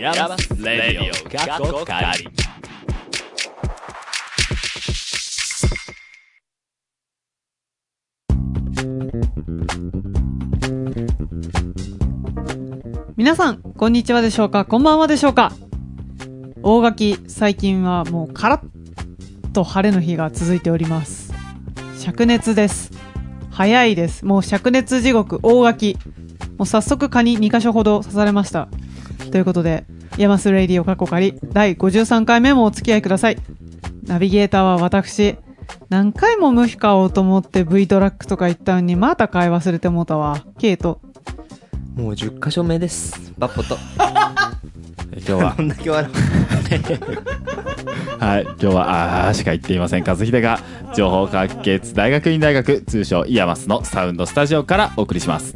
ヤマスレディオ過去仮皆さん、こんにちはでしょうかこんばんはでしょうか大垣、最近はもうカラッと晴れの日が続いております。灼熱です。早いです。もう灼熱地獄、大垣。もう早速蚊に2箇所ほど刺されました。ということで、ヤマスレイディオ過去仮第53回目もお付き合いください。ナビゲーターは私、何回も無比買おうと思って V トラックとか行ったのにまた買い忘れてもうたわ。ケイト。もう10箇所目です。バッポと。 今日はどんだけ笑はい、今日はあーしか言っていません和秀が情報科学系大学院大学通称イヤマスのサウンドスタジオからお送りします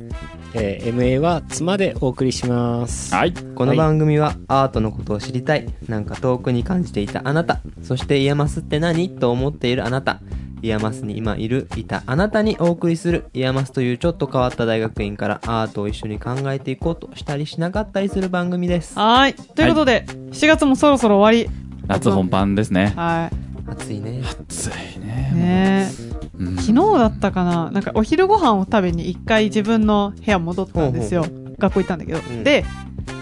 えー MA は妻でお送りします。はいうこの番組はアートのことを知りたい、なんか遠くに感じていたあなた、そしてイヤマスって何と思っているあなた、イヤマスに今いる、いたあなたにお送りする、イヤマスというちょっと変わった大学院からアートを一緒に考えていこうとしたりしなかったりする番組です。はーい。ということで、7月もそろそろ終わ夏本番ですり。ねは暑いね。暑いい。ねねうんえ昨日だったかななんかお昼ご飯を食べに一回自分の部屋戻ったんですよ。ほ学校行ったんだけど。んで、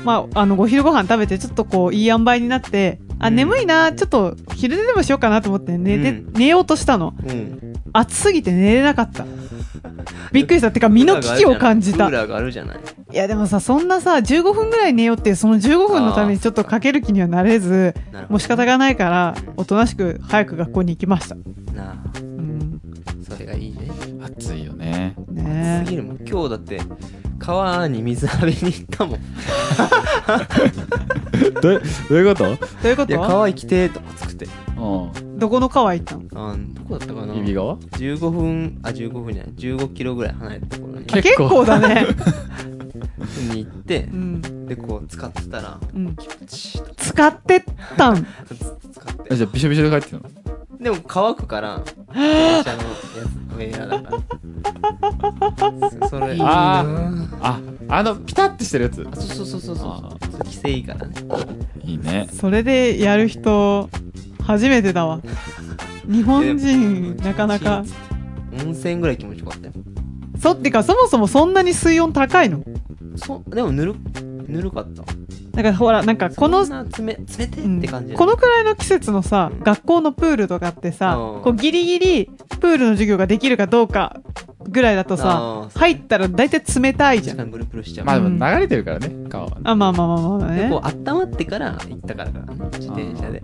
まあ、あの、お昼ご飯食べて、ちょっとこう、いい塩梅になって、あ、うん眠いな、ちょっと、昼寝でもしようかなと思って寝て、うん寝ようとしたの。うん。暑すぎて寝れなか った。びっくりした。てか、身の危機を感じたクー。ラーがあるじゃない。いや、でもさ、そんなさ、15分ぐらい寝ようっていう、その15分のためにちょっとかける気にはなれず、なるほど。もう仕方がないから、おとなしく早く学校に行きました。なあ、うん。それがいいね。暑いよねねすぎるもん。今日だって、川に水浴びに行ったもん。どどういうこえ。というこいや、と川行きてーとかつくて。とどこの川行ったのあどこだったかなうん指側15分あ15分じゃない15キロぐらい離れたところに結構結構だ ね。に行ってうん。でこう使ってたらうん。チーッと使ってったん。使っえてじゃあびしょびしょで帰ってたのでも乾くから電車のやつウェアだからそそれあーああのピタッてしてるやつあそうそうそうそうあそう規制いいからねいいねそれでやる人、初めてだわ。日本人、でなかなか。温泉ぐらい気持ちよかったよそってか、そもそもそんなに水温高いのそでもぬるぬるかっただからほら、なんかこのそん、な冷冷てうっんて感じ、このくらいの季節のさ、学校のプールとかってさうん、こうギリギリプールの授業ができるかどうかぐらいだとあさ、ー入ったら大体冷たいじゃ確んか。にブルブルしちゃう、まあでも流れてるからね川はねあ、まあまあまあまあまあね。こはう温まってから行ったからかな自転車で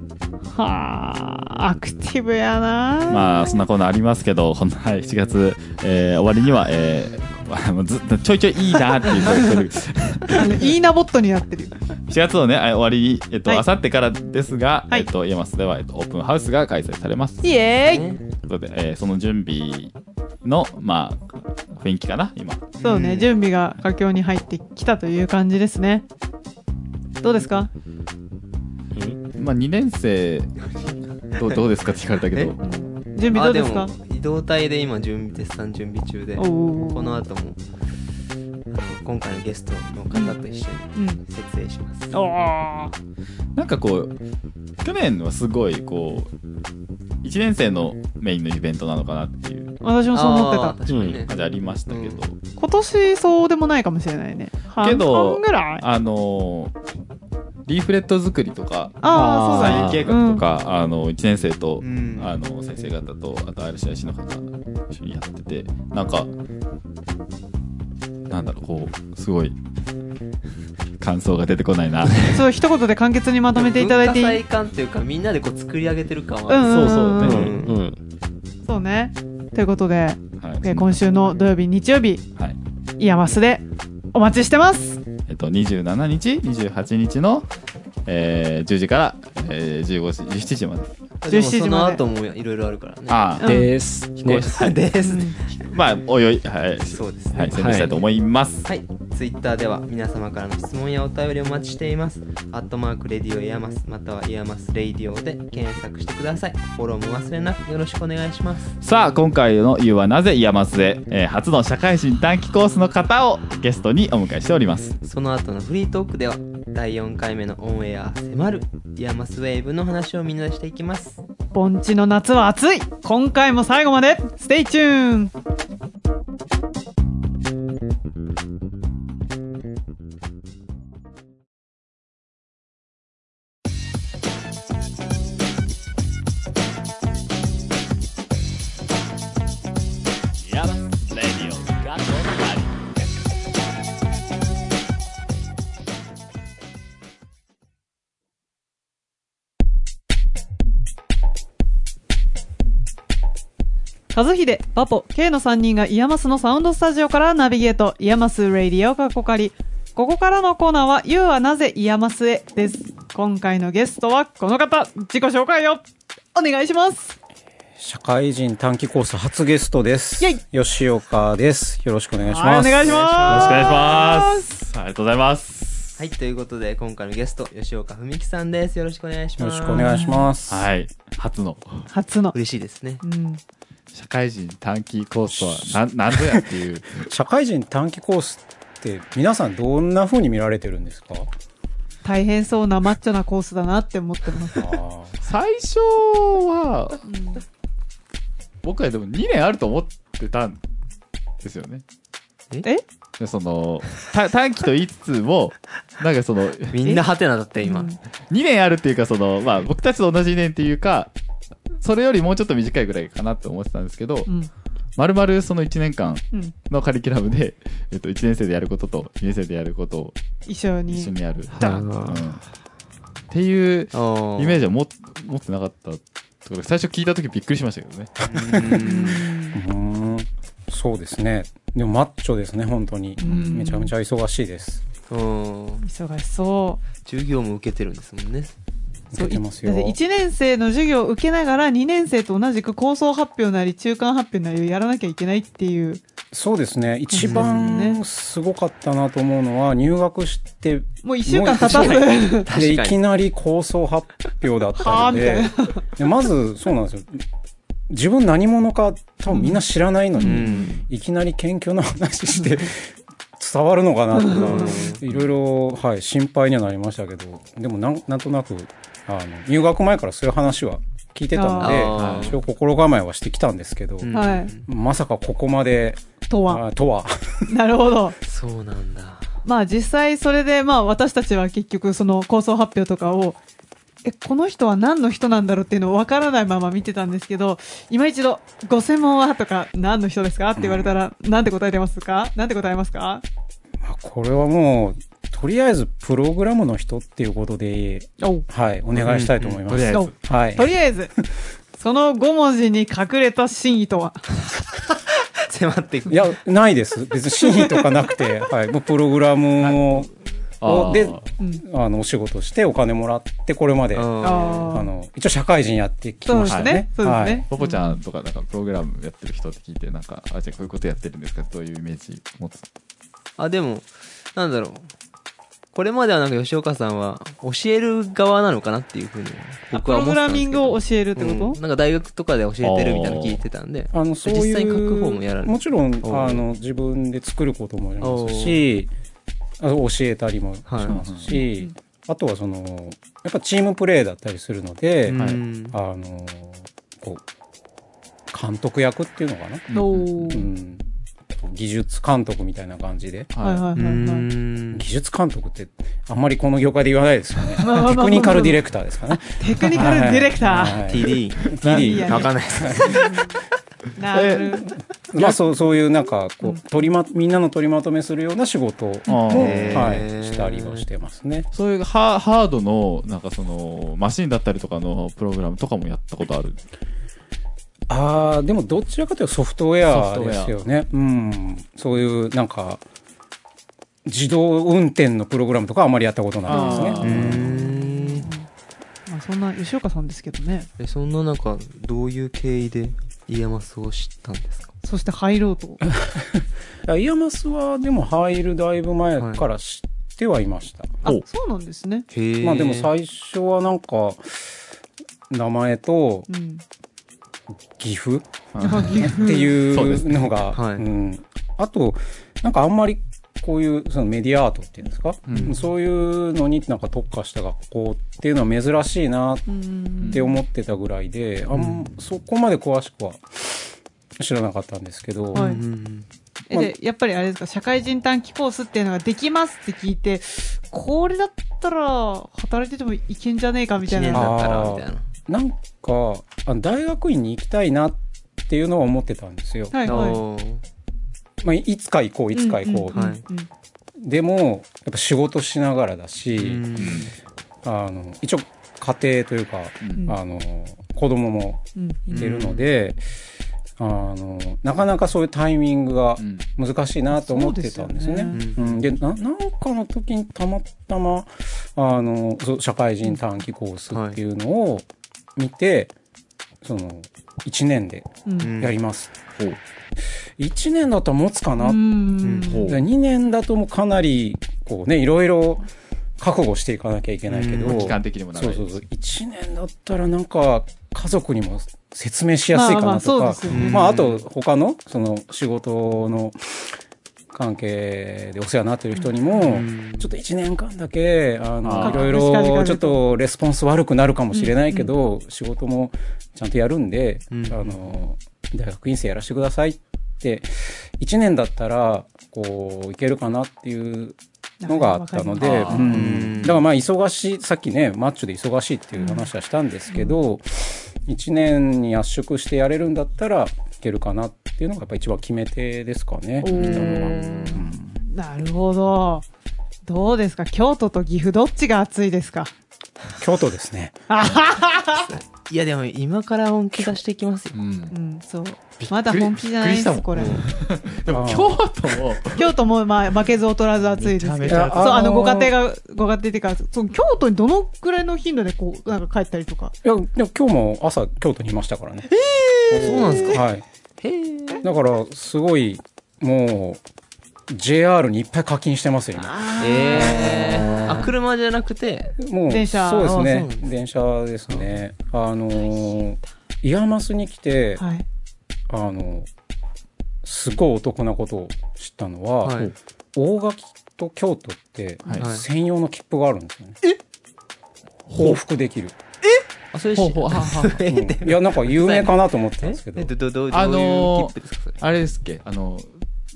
あ、アクティブやなあ。まあそんなコーナーありますけど、こんなはい7月、えー終わりには、えー もうずっとちょいちょいいいなっていう声がするあの、いいなボットになってる。 7月のねあ終わりに、えっとはい明後日からですが、はいえっと、イエマスでは、えっと、オープンハウスが開催されます。といイエーイねうことで、えーその準備の、まあ、雰囲気かな、今。そうね、うん準備が佳境に入ってきたという感じですね。どうですかまあ、2年生ど う、どうですかって聞かれたけど、準備どうですかあも移動隊で今準備絶賛準備中でおうこおうおうの後もあの今回のゲストの方と一緒うん。に設営します、なんかこう、去年はすごい、こう、1年生のメインのイベントなのかなっていう私もそう思ってあーた。確かにね、感じありましたけど。う今年そうでもないかもしれないね。け半ど分ぐらい。あのリーフレット作りとかああ、そうだ再建ね。計画とか、あの1年生と、うんあの先生方とあと RCIC の方一緒にやっててなんかなんだろうこうすごい感想が出てこないなうん。そう、一言で簡潔にまとめていただいて文化いい祭感っていうかみんなでこう作り上げてる感はうんあそる、うそうね、うんうん。そうね。ということで、はいえー今週の土曜日、日曜日、はいイヤマスでお待ちしてます。えっと、27日28日の、えー10時から、えー15時17時までで17時までもその後もいろいろあるからねああ、です。ね。ですまあおいおいはい そうですねはい、宣伝したいと思います、はい、ツイッターでは皆様からの質問やお便りをお待ちしています。アットマークレディオイヤマスまたはイヤマスレイディオで検索してください。フォローも忘れなくよろしくお願いします。さあ今回の「You はなぜ山津で」えー初の社会人短期コースの方をゲストにお迎えしておりますその後のフリートークでは第4回目のオンエア迫るイヤマスウェーブの話をみんなでしていきます盆地の夏は暑い今回も最後までステイチューンヤマスレディオガトバリ和秀、パポ、K の3人がイヤマスのサウンドスタジオからナビゲート、イヤマスレイディオがこかり。ここからのコーナーは、You はなぜイヤマスへです。今回のゲストはこの方、自己紹介をお願いします。社会人短期コース初ゲストですイェ。吉岡です。よろしくお願いしはい、まおす。願いしよろましす。くお願いしますありがとうございますはいということで今回のゲスト吉岡文樹さんですよろしくお願いしよまろすしくお願いします。い。はい初のす。初の。嬉しいですねうん。社会人短期コースと はななんぞやっていう社会人短期コースって皆さんどんな風に見られてるんですか大変そうなマッチョなコースだなって思ってます。最初はうん僕はでも2年あると思ってたんですよねえでそのた 短期と言いつつもなんかその2みんなハテナだって今、うん年あるっていうかその、まあ、僕たちと同じ2年っていうかそれよりもうちょっと短いぐらいかなって思ってたんですけど、うん。まるまるその1年間うん。のカリキュラムで、えっと、1年生でやることと2年生でやることを一緒に。一緒にやる、ダうンんっていうおーイメージはも持ってなかったところ最初聞いた時びっくりしましたけどねうんうーん。そうですね。でもマッチョですね、本当に。んめちゃめちゃ忙しいです。うーん忙しそう。授業も受けてるんですもんね受けてますだよっ。て1年生の授業を受けながら2年生と同じく構想発表なり中間発表なりをやらなきゃいけないっていう。そうですね。一ですね番すごかったなと思うのは、入学して、もう1週間経たず。 確かで、にいきなり構想発表だっはあたので、でまず、そうなんですよ。自分何者か多分みんな知らないのに、うんいきなり研究の話して、伝わるのかなとか、いろいろ、はい、心配にはなりましたけど、でもなん、なんとなく、あの、入学前からそういう話は聞いてたのあで、ー一応心構えはしてきたんですけど、うんはいまさかここまで、とは。あとは、なるほど。そうなんだまあ実際それでまあ私たちは結局その構想発表とかを、え、この人は何の人なんだろうっていうのを分からないまま見てたんですけど、今一度、ご専門はとか、何の人ですかって言われたら、なんて答えてますかなんて答えますかまあこれはもう、とりあえずプログラムの人っていうことで、はい、お願いしたいと思います。とりあえそうずはいと。りあえず、その5文字に隠れた真意とは。迫っていくいや、ないです。別に真意とかなくて、 はい。もうプログラムを、あーで、うん。あの、お仕事してお金もらって、これまで、あああーの、一応社会人やってきそうまでしすたねね。。そうですはい。ね。ポポちゃんとかなんかプログラムやってる人って聞いてなんかあじゃあこういうことやってるんですかどういうイメージ持つあでもなんだろうこれまではなんか吉岡さんは教える側なのかなっていうふうにあ僕プはログ思っラてたんミでングすけどを教えるってこうとん、なんか大学とかで教えてるみたいなの聞いてたんであの、そういう、実際に書く方もやられるもちろん、おーあの、自分で作ることもありますし、あの教えたりもしますし、あとはその、やっぱチームプレーだったりするので、はいうんあの、こう、監督役っていうのかな、おうーん、技術監督みたいな感じで。はいはういはいはい。ん技術監督ってあんまりこの業界で言わないですよね。 まあまあまあテクニカルディレクターですかね。 テクニカルディレクタはい TD い TD やわかんないー。なるほど。まあそうそういうなんかこうんう取りまみんなの取りまとめするような仕事をへーはいしたりはしてますね。そういうハハードのなんかそのマシンだったりとかのプログラムとかもやったことあるああでもどちらかというとソフトウェアソフトウェでアすよね。うんそういうなんか自動運転のプログラムとかはあまりやったことないですね。あうーんまあそんな吉岡さんですけどね。 えそんな中どういう経緯でイヤマスを知ったんですかそして入ろうと。あイヤマスはでも入るだいぶ前から知ってはいました。あお、そうなんですね。へえまあでも最初はなんか名前とうん。岐阜っやはりていそうですうのが、はいうん、あとなんかあんまりこういうそのメディアアートっていうんですか、うんそういうのになんか特化した学校っていうのは珍しいなっうんて思ってたぐらいで、あんそこまで詳しくは知らなかったんですけど、はいうんえで、やっぱりあれですか、社会人短期コースっていうのができますって聞いて、これだったら働いててもいけんじゃねえかみた1い年な。あだったらみたいななんかあ大学院に行きたいなっていうのは思ってたんですよ。はいはおーまあ、いつか行こうい。いつか行こう、んんはいうんうんでもやっぱ仕事しながらだし、うんあの一応家庭というか、んあの子供もうんいてるので、あのなかなかそういうタイミングがうん難しいなと思ってたんですね。そうですうよねん、でななんかの時にたまたまあのそう社会人短期コースっていうのを見て、その1年でうんうんやります、ほう1年だったら持つかな、うんほう2年だともうかなりこうねいろいろ覚悟していかなきゃいけないけど、うん期間的にも長いそうですそうそう1年だったらなんか家族にも説明しやすいかなとまあまあかそうですよねまああと他のその仕事の関係でお世話になってる人にも、うんちょっと1年間だけあのあーいろ確いかに確かろにちょっとレスポンス悪くなるかもしれないけど、仕事もちゃんとやるんで、うんあの大学院生やらせてくださいって1年だったらこういけるかなっていうのがあったので、わかうりまん、だからまあ忙しいさっきねマッチョで忙しいっていう話はしたんですけど、1年に圧縮してやれるんだったらいけるかなっていうのがやっぱ一番決め手ですかね。おーなるほど。どうですか京都と岐阜どっちが暑いですか京都ですね。いやでも今から本気出していきますようんうん、そう。まだ本気じゃなびっいでくりしたもす、んこれ。でもあー京都も京都も、まあ、負けず劣らず暑いですめけど。ちそうゃめちゃ、あの、あのーご家庭が、ご家庭っていうか、その京都にどのくらいの頻度でこう、なんか帰ったりとか。いや、でも今日も朝京都にいましたからね。あそうなんですかはい。へえだから、すごい、もう、JR にいっぱい課金してますよ、今。えーあ車じゃなくてもう、電車そうですあそうなんね。電車ですね。あのー、イヤマスに来て、はい。あのー、すごいお得なことを知ったのは、はい大垣と京都って、はいはい専用の切符があるんですよね。え報復できる。あそれほうほうあははえうんいや、なんか有名かなと思ってたん ですけどえ。どどどうあどういうの切符ですかそれあれですっけあの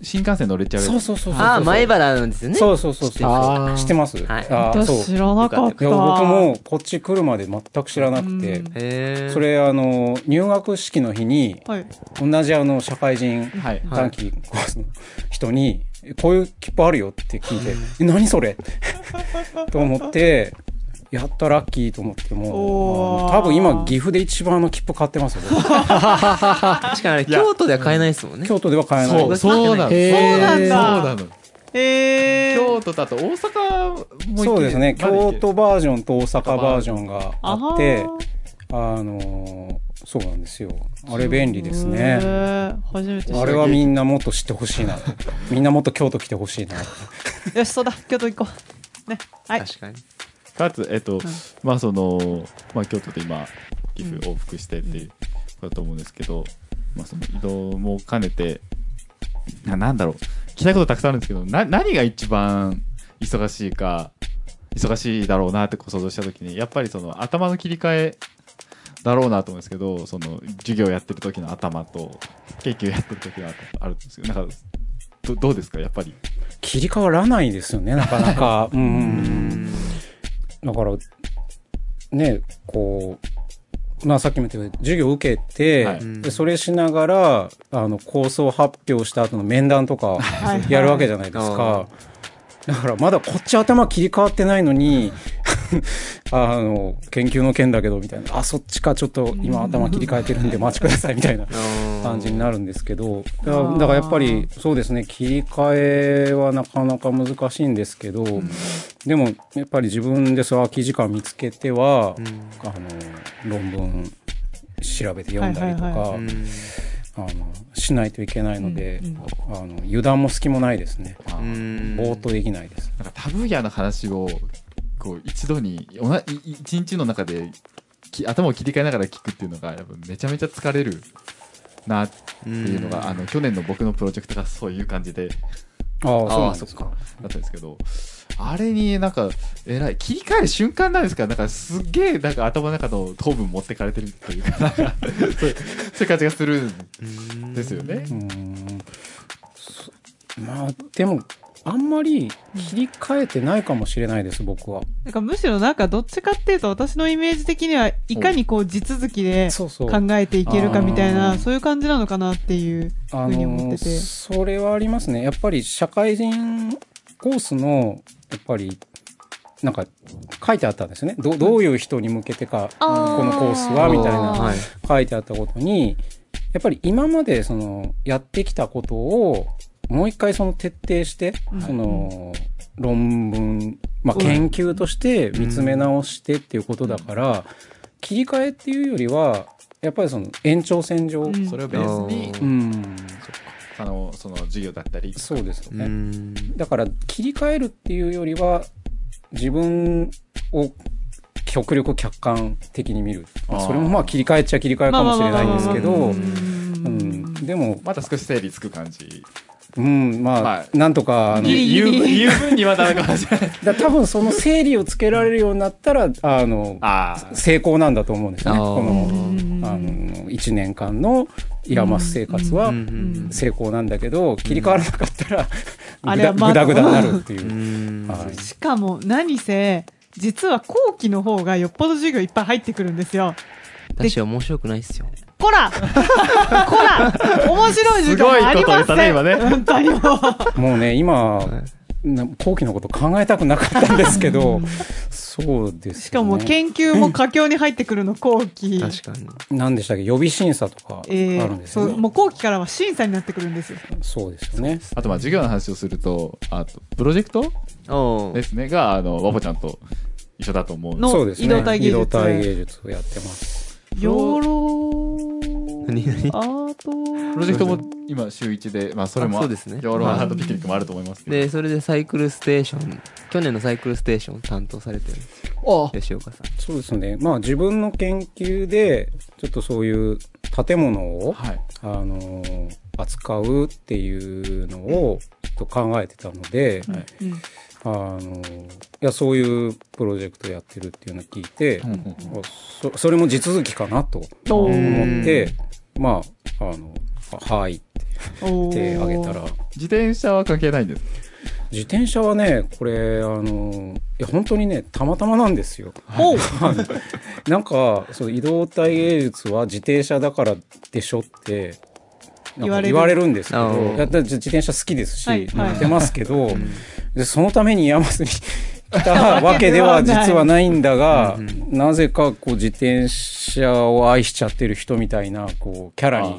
新幹線乗れちゃうやつそうそうそうそう。あー前原なんですよねそうそうそう知ってそう。るあー知ってますはいあーそう。知らなかった。いや僕もこっち来るまで全く知らなくて、うんへえそれあの入学式の日にはい。同じあの社会人はい短期コースの人に「こういう切符あるよ」って聞いて「え何それ? 」 と思ってやったラッキーと思っておもうあーの多分今岐阜で一番あの切符買ってますよ僕確かにあれ京都では買えないですもんね京都では買えないそうそうなのへーそうなんだそうなのえー。京都だと大阪も行けるそうですねまだ行京ける都バージョンと大阪バージョンがあってーあのーそうなんですよあれ便利ですねへー初めて知っあれはみんなもっと知ってほしいな。みんなもっと京都来てほしいな。た。よし、そうだ。京都行こう。ね。はい。確かにかつえっと、まあその、まあ、京都と今岐阜往復してっていうことだと思うんですけど、まあ、その移動も兼ねてななんだろう聞きたいことたくさんあるんですけどな何が一番忙しいか忙しいだろうなってこう想像した時にやっぱりその頭の切り替えだろうなと思うんですけどその授業やってる時の頭と研究やってる時の頭あるんですけどなんかどどうですかやっぱり。切り替わらないですよね、なかなか。うん。だから、ね、こう、まあさっきも言ったように授業受けて、はいでそれしながら、あの、構想発表した後の面談とかいはいやるわけじゃないですあか。だからまだこっち頭切り替わってないのに、 あの、研究の件だけどみたいな、あ、そっちかちょっと今頭切り替えてるんで待ちくださいみたいな。感じになるんですけどだからあーだからやっぱりそうですね切り替えはなかなか難しいんですけど、でもやっぱり自分でそう空き時間見つけては、あの論文調べて読んだりとか、はいはいうんあのしないといけないので、うんあの油断も隙もないですね、あーうんぼーっとできないです。なんかタブーやな話をこう一度におない一日の中でき頭を切り替えながら聞くっていうのがやっぱめちゃめちゃ疲れるなっていうのが、あの去年の僕のプロジェクトがそういう感じでああそうあなんあですそっかかだったんですけどあれになんかえらい切り替える瞬間なんですからなんかすっげえなんか頭の中の糖分持ってかれてるというか なんかそうそういう感じがするんですよねう。ーんそまあでもあんまり切り替えてないかもしれないです僕はなんかむしろなんかどっちかっていうと私のイメージ的にはいかにこう地続きでそうそう考えていけるかみたいあなーそういう感じなのかなっていうあふうに思っててそれはありますねやっぱり社会人コースのやっぱりなんか書いてあったんですねどどういう人に向けてかこあーのコースはみたいあーなはい書いてあったことにやっぱり今までそのやってきたことをもう一回その徹底してうんその論文、まあ、うん研究として見つめ直してっていうことだから切り替えっていうよりはやっぱりその延長線上、うんそれをベースにあーうん、あのその授業だったりそうですようね。んだから切り替えるっていうよりは自分を極力客観的に見る、まああーそれもまあ切り替えっちゃ切り替えかもしれないんですけまあまあまあまあまあどううんんでも、また少し整理つく感じうん、まあ、はなんとかあのギリギ言うリ言う分にはダメかもしれないだ多分その整理をつけられるようになったら あのあー成功なんだと思うんですよねあーこうのんあの1年間のイラマス生活はうん成功なんだけど切り替わらなかったらあれはぐまだあぐだぐだになるっていうう。んはいしかも何せ実は後期の方がよっぽど授業いっぱい入ってくるんですよ。私面白くないっすよこ らこら面白い授業もあすごいりませんこと言ったね今ね本当に もう。もうね、今、はな後期のこと考えたくなかったんですけど、そうです、ね。しかも研究も佳境に入ってくるの後期。確かに何でしたっけ予備審査とかあえるんーですそようね。もう後期からは審査になってくるんですよ。そうですよね。あとまあ授業の話をするとあとプロジェクトおうですねがあのワボちゃんと一緒だと思うんでのそうですね。移動体芸術移動体芸術をやってます。養老何何アートプロジェクトも今週一で、まあ、それもあそうですね養老ハートピクニックもあると思いますけど、でそれでサイクルステーション去年のサイクルステーション担当されてるんですあ吉岡さんそうですね。まあ自分の研究で、ちょっとそういう建物を、はい、あのー扱うっていうのを、ちょっと考えてたので、はいうんあのーいや、そういうプロジェクトやってるっていうのを聞いて、うんうんあそそれも地続きかなとおー思って、まあ、あの、ははいおって手ー挙げたら、自転車は関係ないんです自転車はね、これ、あの、いや、本当にね、たまたまなんですよ。おうなんか、そう、移動体芸術は自転車だからでしょって、な言んわかれる言われるんですけあど、ーいやだって自転車好きですし、はいはい乗ってますけど、でそのために山瀬に 来たわけでは実はないんだが、なぜかこう自転車を愛しちゃってる人みたいな、こう、キャラに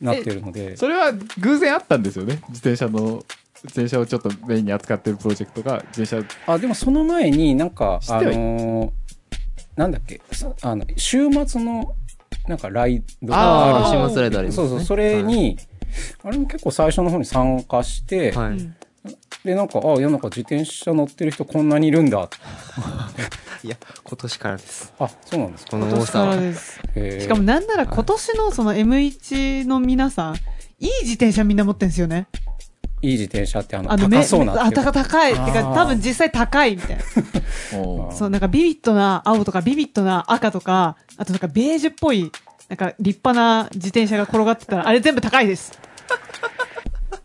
なってるので、それは偶然あったんですよね自転車の自転車をちょっとメインに扱ってるプロジェクトが自転車あでもその前になんか知っあてはいのーなんだっけさあの週末のなんかライドあがあー週末ライドありるますそねうそうそれはいに、あれも結構最初の方に参加して、はういんでなんかあいやなんか自転車乗ってる人こんなにいるんだいや今年からですあそうなんですかこの今多年さからはです。へーしかもなんなら今年のその M1 の皆さん、いい自転車みんな持ってんですよね。いい自転車ってあのあの、高そうなあ、っていう高高い。ってあか、ー多分実際高いみたいな。おーそう、なんかビビッドな青とかビビッドな赤とか、あとなんかベージュっぽい、なんか立派な自転車が転がってたら、あれ全部高い です。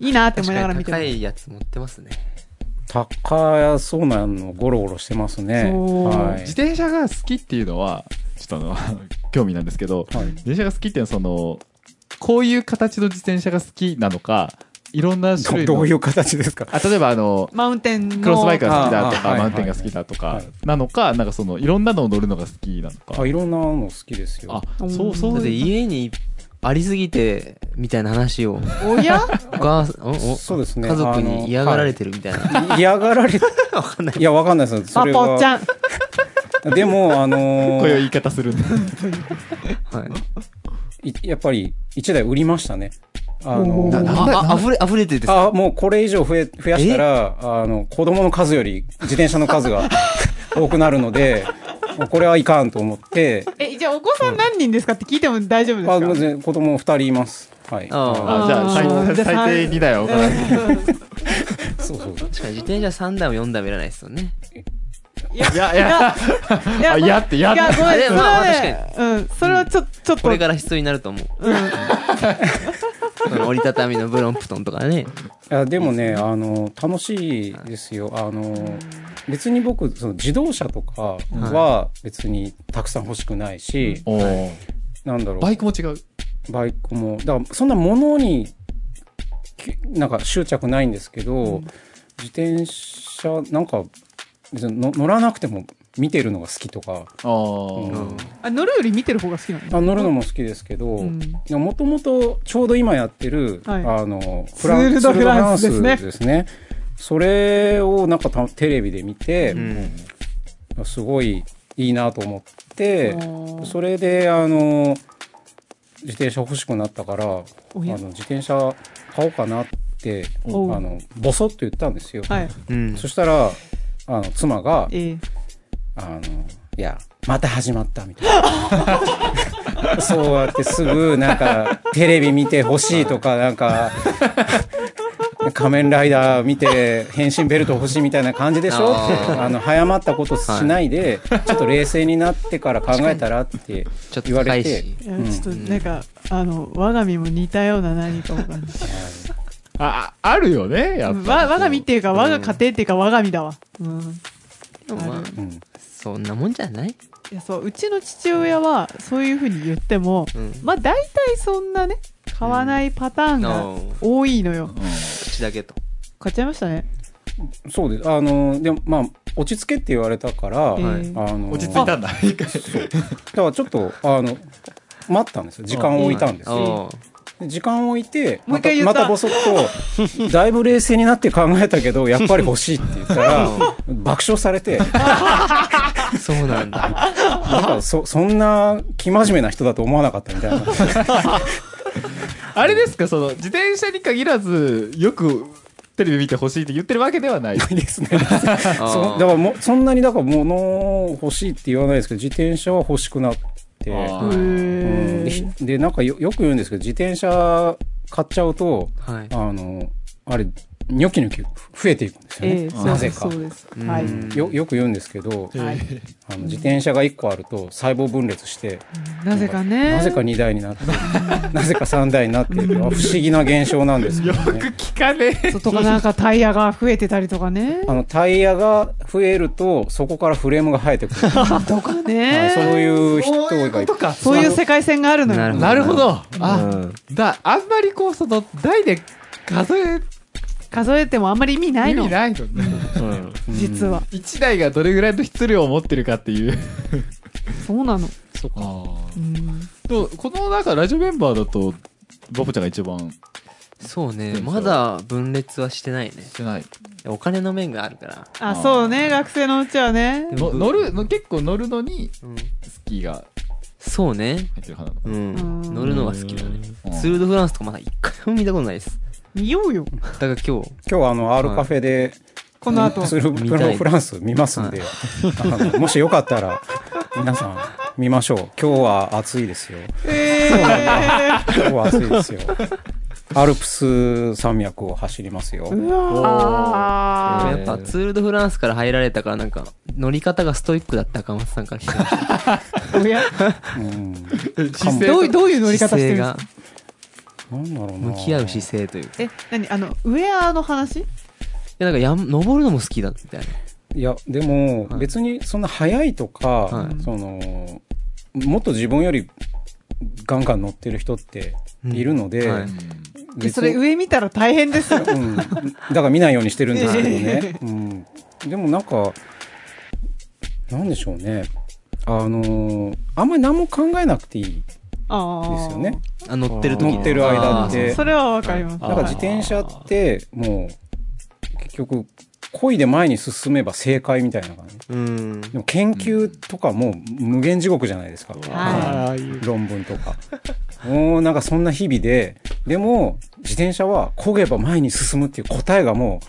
いいなって確思いながから見にて高ます。いやつ持ってますね高そうなのゴロゴロしてますねそうはい自転車が好きっていうのはちょっとあの 興味なんですけど、はい自転車が好きっていうのはそのこういう形の自転車が好きなのかいろんな種類どのどういう形ですかあ例えばあのマウンテンの。クロスバイクが好きだとあーかはいマウンテンが好きだとはかいなのかなんかそのいろんなのを乗るのが好きなのあかいろんなの好きですよあそうそだっうていう家にありすぎてみたいな話をおやお母さんおおそうですね家族あのに嫌がられてるみたいな嫌がら れてわかんないいや、わかんないです。パそれポちは。ゃん。でも、あこのういう ー言い方するんではいいやっぱり一台売りましたね。あのおーなああ溢れ溢れてるですあ、もうこれ以上増え、増やしたら、あの、子供の数より自転車の数 が多くなるので、もうこれはいかんと思って、え、じゃあお子さん何人ですかって聞いても大丈夫ですかあもう全子供二人います。はい。あーああじゃああー最最低2台は分からないうんそうそう確かに自転車3台も4台もいらないですよね。いやいやいあやってやっていやごめんでそれまあはね、うんそれはちょちょっとこれから必要になると思う。その折りたたみのブロンプトンとかね。いやでもねあの楽しいですよあの別に僕その自動車とかは別にたくさん欲しくないし、おーなんだろうバイクも違うバイクもだからそんなものにきなんか執着ないんですけど、自転車なんか別にの乗らなくても見てるのが好きとか、あー、うんあ乗るより見てる方が好きなのあ乗るのも好きですけどうんもともとちょうど今やってる、はいあのツールドフランスですねツールドフランですねそれをなんかたテレビで見て、うん。すごいいいなと思っておーそれであの自転車欲しくなったからあおやの自転車買おうかなってあおうのボソッと言ったんですよ、はいうん。そしたらあの妻がえ「あのいやまた始まった」みたいな そうやってすぐなんかテレビ見てほしいとかなんか。 仮面ライダー見て変身ベルト欲しいみたいな感じでしょあってーあの早まったことしないで、ちょっと冷静になってから考えたらってちょっと言わ高れいてし。えいやちょっとなんか、あの我が身も似たような何かを感じあああるよねやっぱわ我が身っていうか我が家庭っていうか我が身だわ、うん、でもまああるうんそんなもんじゃないいやそううちの父親はそういうふうに言っても、うんまあ大体そんなね買わないパターンが多いのよ、口だけと。買っちゃいましたねそうです。あの、でも、まあ、落ち着けって言われたから、えあーの、落ち着いたんだ一回だからちょっと、あの、待ったんですよ。時間を置いたんですよ。おーで時間を置いて、もうま一た回言ったまたボソッと、だいぶ冷静になって考えたけど、やっぱり欲しいって言ったら、爆笑されて、そうなんだ。なんかそ、そんな、生真面目な人だと思わなかったみたいな。あれですかその自転車に限らずよくテレビ見てほしいって言ってるわけではないですね。そうだからもう、そんなに、だから、物欲しいって言わないですけど、自転車は欲しくなっあて、へーうん、えでひでなんかよよく言うんですけど自転車買っちゃうとはい。あのあれニョキニョキ増えていくんですよね、ええなぜそかうですそうですはいうんよよく言うんですけどはいあの自転車が1個あると細胞分裂してなぜかねなぜか2台になって なぜか3台になってっていうのは不思議な現象なんですけよど、くね、聞かねえそうとかなんかタイヤが増えてたりとかねあのタイヤが増えるとそこからフレームが生えてくる、とかはいそうねいう人がいっぱいとかそういう世界線があるのよなるなるほどうあんだあんまりこうその台で数え数えてもあんまり意味ない意の味ないのねうん実は1台がどれぐらいの質量を持ってるかっていうそうなのそうか。うんとこの中ラジオメンバーだとバポちゃんが一番しそうね。まだ分裂はしてないね。てないお金の面があるから。あそうね学生のうちはねでのも乗るの結構乗るのにうんスキーがそうね。入ってる派なのうんうん。乗るのが好きだね。うんツール・ド・フランスとかまだ一回も見たことないです。見ようよだから今日、今日はあの R カフェでこの後ツール見プたロいフランス見ますんで、あのもしよかったら、皆さん見ましょう。今日は暑いですよ。えー今日は暑いですよ。アルプス山脈を走りますよ。うわやっぱツール・ド・フランスから入られたからなんか、乗り方がストイックだった赤松さんから聞きま した。ーおやうん。姿勢どういとうどういう乗り方してるんです姿か勢なんだろうがな。向き合う姿勢というか。え何あのウェアの話いやなんかやん、登るのも好きだみたいな。いや、でもはい別にそんな速いとか、はいその、もっと自分よりガンガン乗ってる人っているので、うんはい別にそれ上見たら大変 ですようん、だから見ないようにしてるんですけ どね、うん、でもなんかなんでしょうねあのーあんまり何も考えなくていいああですよねあ、乗ってる時乗ってる間っあーてそれはわかりますだから自転車ってもう結局恋で前に進めば正解みたいな感じそううん。でも研究とかも無限地獄じゃないですか、はああいう。論文とかもうなんかそんな日々ででも自転車は焦げば前に進むっていう答えがも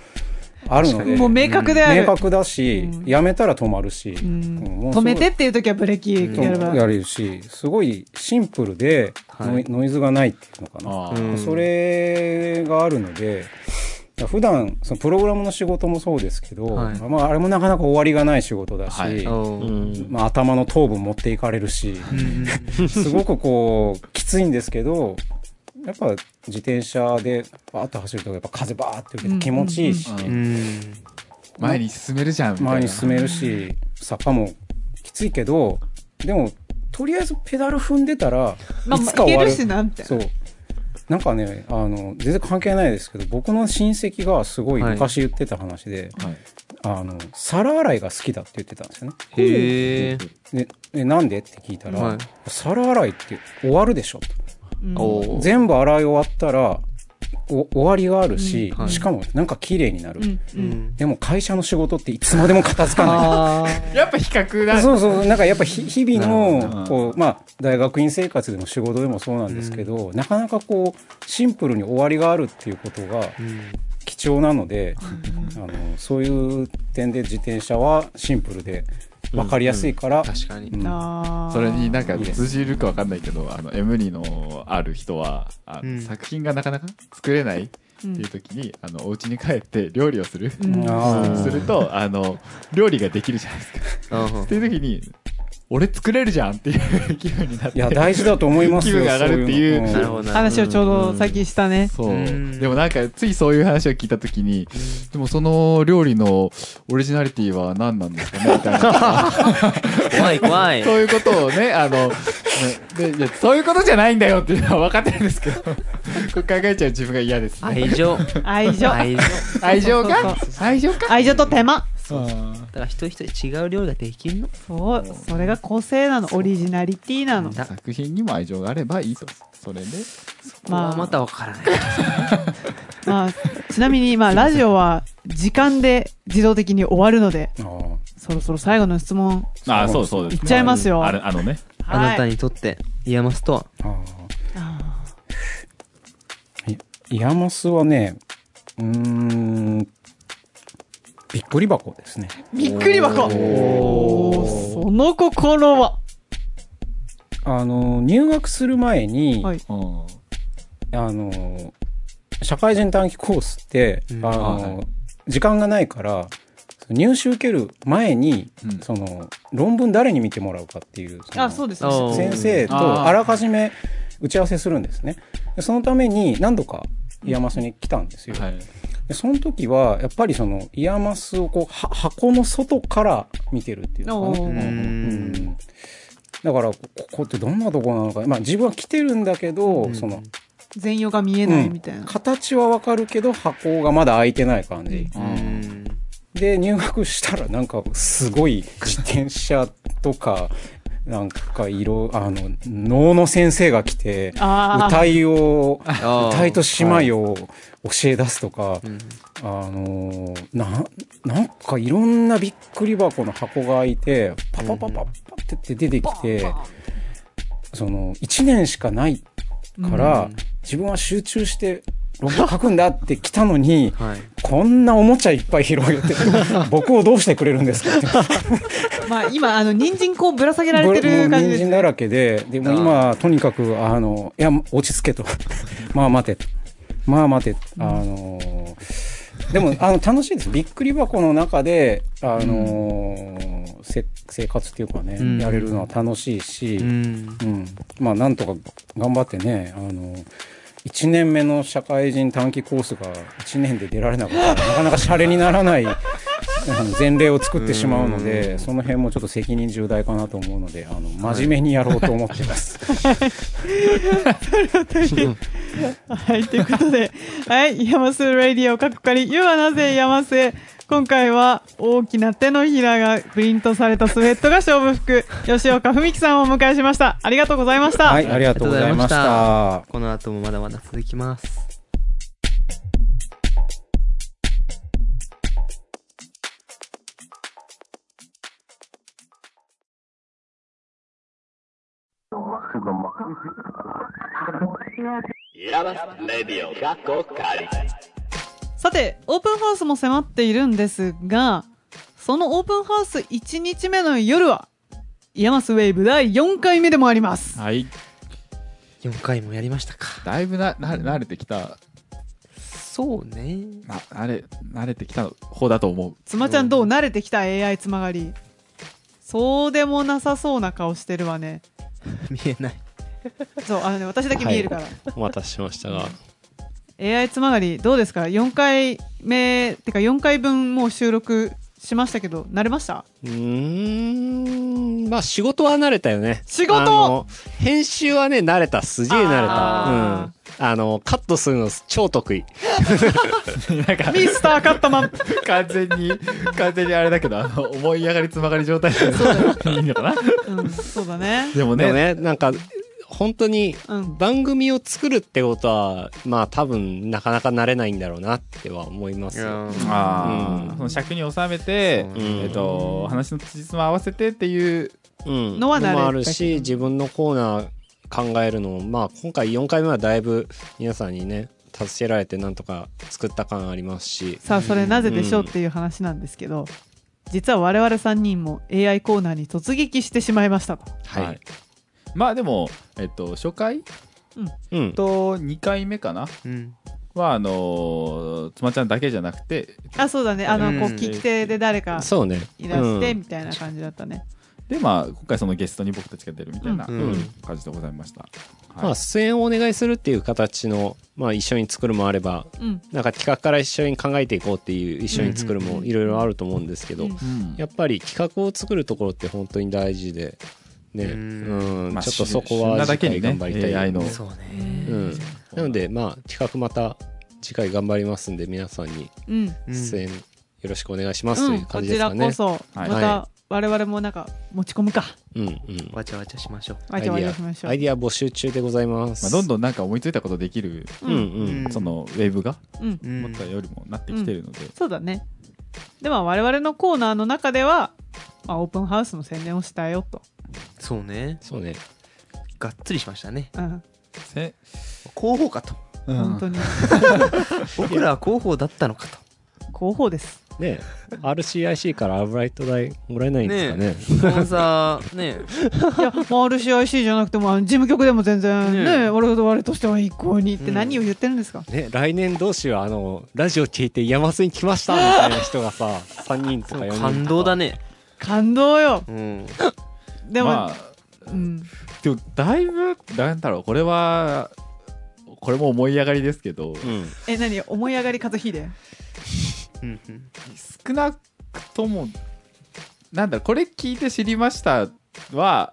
うあるのでいもう明確であ明る確だし、うんやめたら止まるし、ううんん止めてっていう時はブレーキもうすごいやればやれるしすごいシンプルでノイ,、はいノイズがないっていうのかなあうーんそれがあるのでから普段そのプログラムの仕事もそうですけど、はいまあ、あれもなかなか終わりがない仕事だし、はいおううんまあ、頭の頭部持っていかれるし、すごくこうきついんですけどやっぱ自転車でバーッと走るとやっぱ風バーッて受けて気持ちいいし、うんうん前に進めるじゃんみたいな前に進めるし坂もきついけどでもとりあえずペダル踏んでたらまあいつか終いわけるるしなみたいなそうなんかねあの全然関係ないですけど僕の親戚がすごい昔言ってた話で、はいあの皿洗いが好きだって言ってたんですよねへえででなんでって聞いたら、はい皿洗いって終わるでしょとうんおう全部洗い終わったらお終わりがあるし、うんはいしかもなんか綺麗になる、うんううんんでも会社の仕事っていつまでも片付かない あやっぱ比較だそうそうなんかやっぱひ日なるほ々どのこう、まあ、大学院生活でも仕事でもそうなんですけど、なかなかこうシンプルに終わりがあるっていうことがーうん貴重なので、あのそういう点で自転車はシンプルで分かりやすいから、確かにうんあーそれになんかいいです通じるかわかんないけどあのエムリのある人はあの、うん作品がなかなか作れないっていう時に、あのお家に帰って料理をする、うんあー するとあの料理ができるじゃないですかあーっていう時に俺作れるじゃんっていう気分になっていや大事だと思いますよ気分が上がるっていうそなるのほどなるほ話をちょうど最近したね。そううんでもなんかついそういう話を聞いた時にでもその料理のオリジナリティは何なんですかねみたいなど怖い怖 いそういうことをねあのねでいやそういうことじゃないんだよっていうのは分かってるんですけど こう考えちゃう自分が嫌です、ね、愛情愛情。 愛情だ愛情そうかそう愛情か愛情と手間。から一人一人違う料理ができるのそう、それが個性なの、オリジナリティなの。だ作品にも愛情があればいいとそれでままあまあ、たわからないまあ、ちなみに今、ラジオは時間で自動的に終わるので、うんあそろそろ最後の質問、あそうそういっちゃいますよ。あれあのねはあいなたにとってイヤマスとはーああーいイヤマスはねうーんびっくり箱ですねーびっくり箱おーその心は。あの入学する前に、はいうんあの社会人短期コースって、うんあの時間がないから入試受ける前に、うんその論文誰に見てもらうかっていうそのあ、そうですね。おー先生とあらかじめ打ち合わせするんですね。でそのために何度かイヤマスに来たんですよ。はいでその時はやっぱりそのイヤマスをこうは箱の外から見てるっていうのかな。おーうんだからこここってどんなとこなのか、まあ、自分は来てるんだけど、うんその全容が見えないみたいな。形はわかるけど箱がまだ開いてない感じ、ううんんで入学したらなんかすごい自転車とかなんか色あの能の先生が来てああ、歌いをあー歌いと姉妹を教え出すとか、うんあのーななんかいろんなびっくり箱の箱が開いてパパパパパって出てきてその1年しかないから、うん自分は集中して論文書くんだって来たのにはいこんなおもちゃいっぱい広げて僕をどうしてくれるんですかってまあ今、あの、人参こうぶら下げられもうてる感じ人です参。だらけででも今とにかくあのいや落ち着けと まあ待てとまあ待てとあのでもあの楽しいですびっくり箱の中であの、せ生活っていうかね、うんやれるのは楽しいし、うんうん、まあなんとか頑張ってねあの1年目の社会人短期コースが1年で出られなかったらなかなかシャレにならないあの前例を作ってしまうのでその辺もちょっと責任重大かなと思うのであの真面目にやろうと思ってます。はい、ということで、はい、山瀬ラディオ、かっこかり、ゆうはなぜ山瀬。今回は大きな手のひらがプリントされたスウェットが勝負服、吉岡文樹さんをお迎えしました。ありがとうございました。はい、ありがとうございありがとうございましたま。この後もまだまだ続きますさて、オープンハウスも迫っているんですが、そのオープンハウス1日目の夜は、山瀬ウェーブ第4回目でもあります。はい4回もやりましたかだいぶなな慣れてきたそうね。な慣れ慣れてきた方だと思う妻ちゃんどう慣れてきた AI つまがりそうでもなさそうな顔してるわね見えない。そうあのね私だけ見えるから、お待たせしましたが、 AI つまがりどうですか4回目てか4回分もう収録しましたけど慣れましたうーん、まあ仕事は慣れたよね。仕事あの編集はね、慣れた。すげえ慣れあた。うん。あの、カットするの超得意。 なんかミスターカットマン完全に完全にあれだけどあの思い上がりつまがり状態でいいのかなうんそうだねでもでもねね、なんか、本当にうん番組を作るってことは、まあ多分なかなか慣れないんだろうなっては思いますよ。あーうんその尺に収めて、うんえっと話の辻褄合わせてっていううん。のは慣れのもあるだけし、自分のコーナー考えるのも、まあ今回4回目はだいぶ皆さんにね、助けられてなんとか作った感ありますし、さあそれなぜでしょうっていう話なんですけど、実は我々3人も AI コーナーに突撃してしまいましたとはい。はいまあでも、えっと、初回うん。と2回目かなうん。はあのー、妻ちゃんだけじゃなくてあそうだねあの、うんこう聞き手で誰かそうね。いらしてうんみたいな感じだったね、でまあ今回そのゲストに僕たちが出るみたいなうん感じでございました、はいまあ、出演をお願いするっていう形の、まあ、一緒に作るもあればうんなんか企画から一緒に考えていこうっていう一緒に作るうんうもんいろいろあると思うんですけど、うんうんやっぱり企画を作るところって本当に大事でねううんん、まあちょっとそこは旬なだ次け回にね頑張りたい、 AI のそうね。うん、なのでまあ企画また次回頑張りますんで皆さんにうんうん出演よろしくお願いしますとういうんこ感じちですらかねこ。そ、はいまた我々もなんか持ち込むかうんうんわちゃわちゃしましょう。あいアわイデいィしましアょアうイディア募集中でございます。まあ、どんどんなんか思いついたことできる、うんうんうんうんそのウェーブがうんうん思ったよりもなってきてるので、そうだねでは我々のコーナーの中では、まあ、オープンハウスの宣伝をしたよと、そうね。そうねがっつりしましたね。うん、せ広報かと。うん本当に僕らは広報だったのかと。広報です ね RCIC からアブライト代もらえないんですかね。スポンサー、ね。いや、まあ、RCIC じゃなくてもあの事務局でも全然ねねえ我々としては一向にってうん何を言ってるんですか、ね、来年どうしよう、あの、ラジオ聞いて山瀬に来ましたみたいな人がさ、3人とか4人とか。感動だね。感動ようん。でも、まあうん、でもだいぶなんだろうこれはこれも思い上がりですけど、うん。え何思い上がり和秀うんうん少なくともなんだろうこれ聞いて知りましたは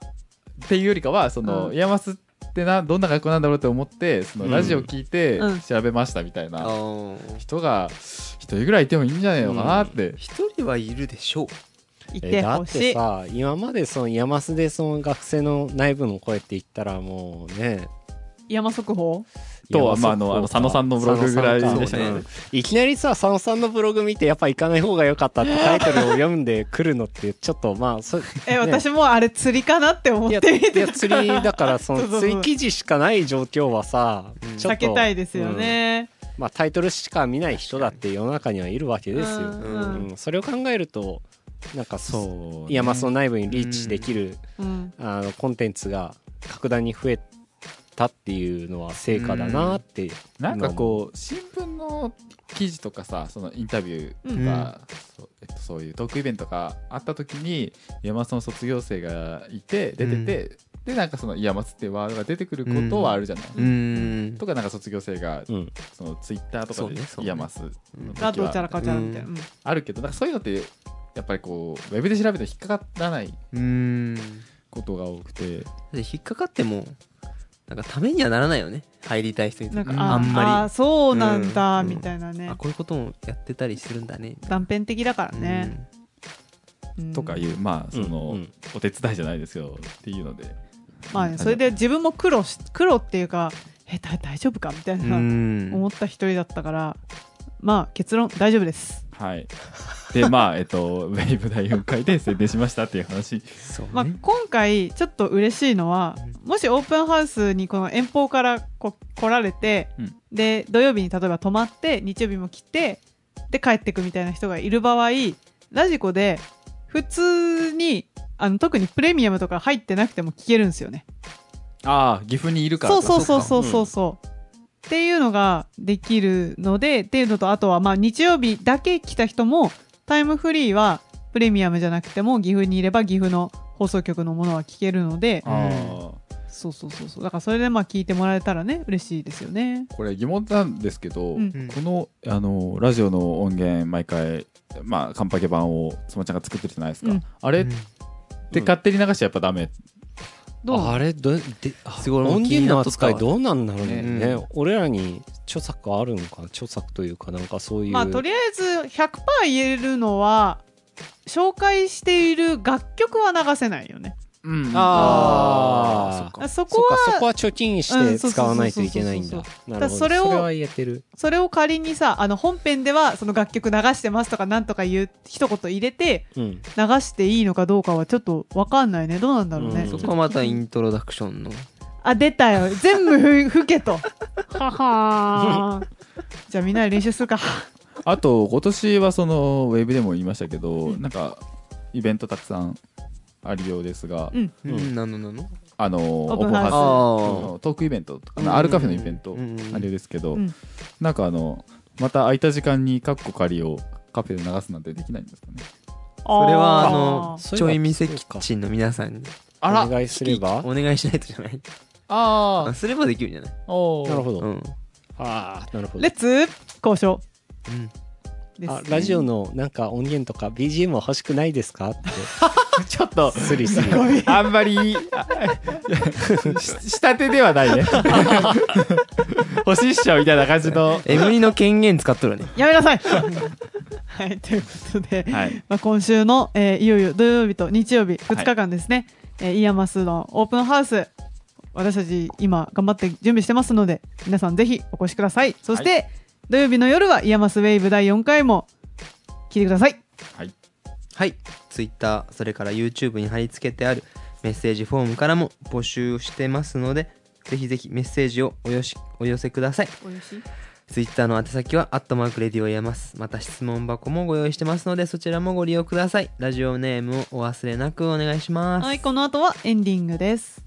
っていうよりかはその、うんイヤマスってなどんな学校なんだろうって思ってそのうんラジオ聞いてうん調べましたみたいあな、ー人が一人ぐらいいてもいいんじゃないのかなって、一人はいるでしょう。いえてだほっしいてさ、今までその山瀬でその学生の内部の声って言ったらもうね、山速報とは山瀬まああのあの佐野さんのブログぐらい佐野でさしたんねかうんいきなりさ、佐野さんのブログ見てやっぱ行かない方が良かったってタイトルを読んでくるのって、ちょっとまあ、そえ、ね私もあれ釣りかなって思っいやて見いてや釣りだからそそうの そうそう釣り記事しかない状況はさ、うんちょ避っとけたいですよね、うんまあ、タイトルしか見ない人だって世の中にはいるわけですよ、うんううんんそれを考えるとなんかそうそういやまあその内部にリーチできる、うんあのコンテンツが格段に増えたっていうのは成果だなって、なんかこう新聞の記事とかさそのインタビューとか、そうえっと、そういうトークイベントがあった時に山松の卒業生がいて出てて、でなんかその「山松」ってワードが出てくることはあるじゃない、うーん。とかなんか卒業生がう、うん、そのツイッターとそかうねそでう「ね山松」がどうちゃらかちゃらみたいな、うんあるけどなんかそういうのってやっぱりこうウェブで調べて引っかからないうーん。ことが多くてで引っかかっても、なんかためにはならないよね。入りたい人にとなっんてか、うんああんまあそうなんだ、うんみたいなね、り。あ、こういうこともやってたりするんだね。断片的だからね、うんとかいうまあその、うんお手伝いじゃないですよっていうのでまあね、それで自分も苦労し苦労っていうかえ大大丈夫かみたいうん。な、うん思った一人だったからまあ結論大丈夫ですはいでまあえっとウェイブ第4回で宣伝しましたっていう話そうねまあ、今回ちょっと嬉しいのはもしオープンハウスにこの遠方からこ来られて、うんで土曜日に例えば泊まって日曜日も来てで帰ってくみたいな人がいる場合ラジコで普通にあの特にプレミアムとか入ってなくても聞けるんですよね。ああ岐阜にいるからそうかそうそうそうそうそう、っていうのができるのでっていうのとあとはまあ日曜日だけ来た人もタイムフリーはプレミアムじゃなくても岐阜にいれば岐阜の放送局のものは聞けるのでああそうそうそうそうだからそれでまあ聞いてもらえたらね嬉しいですよね。これ疑問なんですけど、うんこのあのラジオの音源毎回まあカンパケ版をつまちゃんが作ってるじゃないですか、うんあれっうて勝手に流しちゃやっぱダメ、どうあれどであすごい音源の扱い気にどうなんだろうねね俺らに著作あるのかな著作というかなんかそういう、まあとりあえず100%言えるのは紹介している楽曲は流せないよね。うんあーそっかあそそこうかはそこは貯金しうんてそうそうそうそう使わないといけないんだなるほどそれをは言えてるそれを仮にさあの本編ではその楽曲流してますとかなんとか言う一言入れてうん流していいのかどうかはちょっとわかんないねどうなんだろううね、んんそこはまたイントロダクションのあ出たよ全部ふふけとははーじゃあみんなで練習するかあと今年はそのウェブでも言いましたけど、なんかイベントたくさんあるようですが、うんううんんなのなのあのオープンハウスのトークイベントとか、うんアルカフェのイベント、うんあれですけど、うんなんかあのまた空いた時間にカッコ仮をカフェで流すなんてできないんですかねそれはあのそういえちばょい店キッチンの皆さんにあらお願いすればお願いしないとじゃないああすればできるんじゃないあおなるほど、うんああなるほどレッツ交渉うんですあラジオのなんか音源とか BGM は欲しくないですかって ちょっとスリスリあんま りあし下手ではない ね欲しいっしょみたいな感じのエムリの権限使っとるねやめ なさいはいということで、はいまあ、今週の、えーいよいよ土曜日と日曜日2日間ですね、えーイヤマスのオープンハウス私たち今頑張って準備してますので皆さんぜひお越しくださいそして、は土曜日の夜はイヤマスウェーブ第4回も聞いてくださいはいはい、Twitter、それから YouTube に貼り付けてあるメッセージフォームからも募集してますので、ぜひぜひメッセージをおよしお寄せください。Twitter の宛先は、アットマークレディオやます。また質問箱もご用意してますので、そちらもご利用ください。ラジオネームをお忘れなくお願いします。はいこの後はエンディングです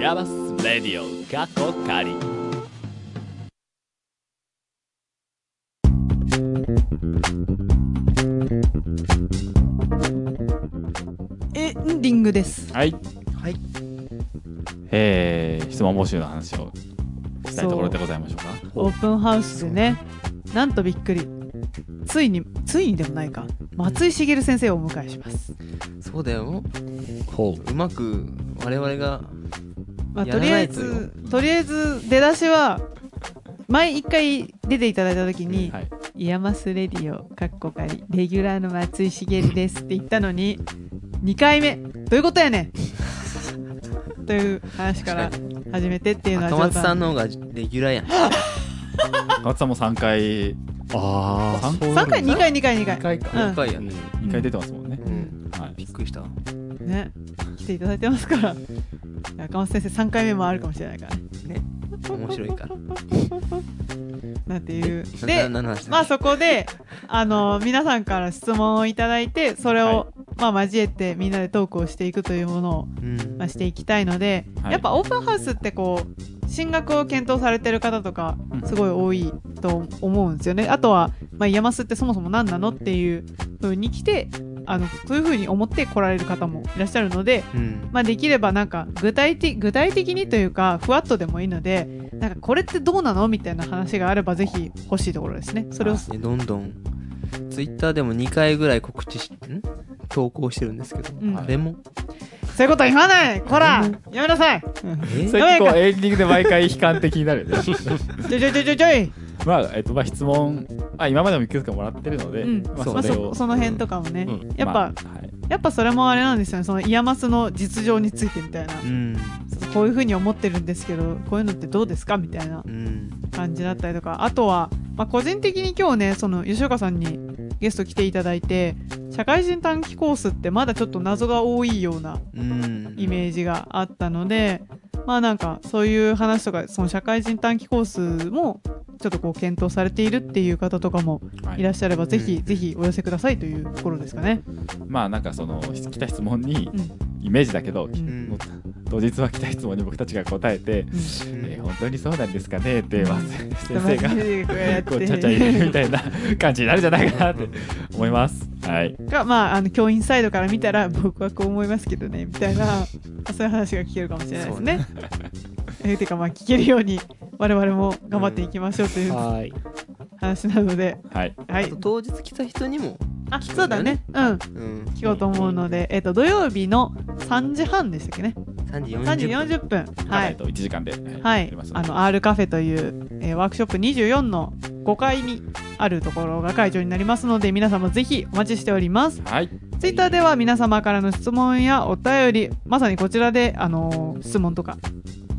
ヤバスレディオ過去仮エンディングですはいはいえー、質問募集の話をしたいところでございましょうかオープンハウスでねなんとびっくりついについにでもないか松井茂先生をお迎えします、そうだよ。 ほううまく我々が、まあ、やとらりあなえいとよずとりあえず出だしは前一回出ていただいた時にはい「イヤマスレディオ」かっこかりレギュラーの松井茂ですって言ったのに2回目どういうことやね んという話から始めてっていうのは赤冗松さん談の方がレギュラーやん。中松さんも3回ああ三3回2回2回2回二回かうん深いやうんね。 2回出てますもんねう、ん、はいびっくりしたわ。ね来ていただいてますから赤松先生3回目もあるかもしれないからねね、面白いから。なんていう なで何の話だっ けまあそこで、あの皆さんから質問をいただいて、それを、はまあ交えてみんなでトークをしていくというものを、うんまあ、していきたいので、はいやっぱオープンハウスってこう、進学を検討されてる方とかう、んすごい多いと思うんですよね。あとは、まあ、イヤマスってそもそも何なのっていう風に来て、あの、そういう風に思って来られる方もいらっしゃるので、うんまあ、できればなんか具体的具体的にというかふわっとでもいいのでなんかこれってどうなのみたいな話があればぜひ欲しいところですねそれをねどんどんツイッターでも2回ぐらい告知しん投稿してるんですけど、うん誰もそういうこと言わないこらやめなさいえそれ結構エンディングで毎回悲観的になるよ ねちょいちょいちょいちょいちょい まあえっとまあ質問あ今までもいくつかもらってるので、うんまあまあそれを、そその辺とかもねうんやっぱまあはいやっぱそれもあれなんですよねそのイヤマスの実情についてみたいなうんそうこういうふうに思ってるんですけどこういうのってどうですかみたいなうん感じだったりとかあとは、まあ、個人的に今日ねその吉岡さんにゲスト来ていただいて社会人短期コースってまだちょっと謎が多いようなうんイメージがあったので、まあなんかそういう話とかその社会人短期コースもちょっとこう検討されているっていう方とかもはいいらっしゃればぜひ、ぜひお寄せくださいというところですかね。まあなんかその来た質問にうんイメージだけど、うんうん当日は来た質問に僕たちが答えてうん「えー本当にそうなんですかね?」って、まあ、先生がここうちゃちゃ入れるみたいな感じになるんじゃないかなって思います。 はい、がまああの教員サイドから見たら僕はこう思いますけどねみたいなそういう話が聞けるかもしれないですね。えーてかまあ聞けるように我々も頑張っていきましょうというはーい。話なので、はい、はあいと。当日来た人にも、あそうだね。うん。うん、聞こうと思うので、えっ、と土曜日の3時半でしたっけね。 3時40分3時40分。ははいい。と1時間で、はやいります、あのでの R カフェという、えーワークショップ24の5階にあるところが会場になりますので皆様ぜひお待ちしておりますはい、ツイッターでは皆様からの質問やお便りまさにこちらで、あのー質問とか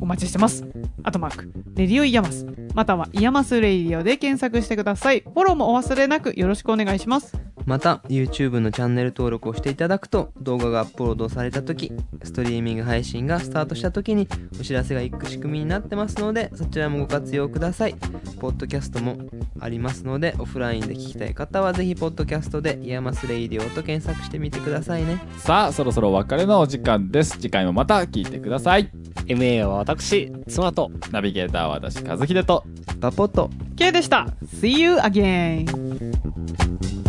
お待ちしてますあとマークレディオイヤマスまたはイヤマスレディオで検索してくださいフォローもお忘れなくよろしくお願いしますまた YouTube のチャンネル登録をしていただくと動画がアップロードされた時ストリーミング配信がスタートした時にお知らせが行く仕組みになってますのでそちらもご活用くださいポッドキャストもありますのでオフラインで聞きたい方はぜひポッドキャストで「イヤマスレイディオ」と検索してみてくださいねさあそろそろお別れのお時間です次回もまた聞いてください MA は私、妻と、ナビゲーターは私和秀とパポッとケイでした See you again!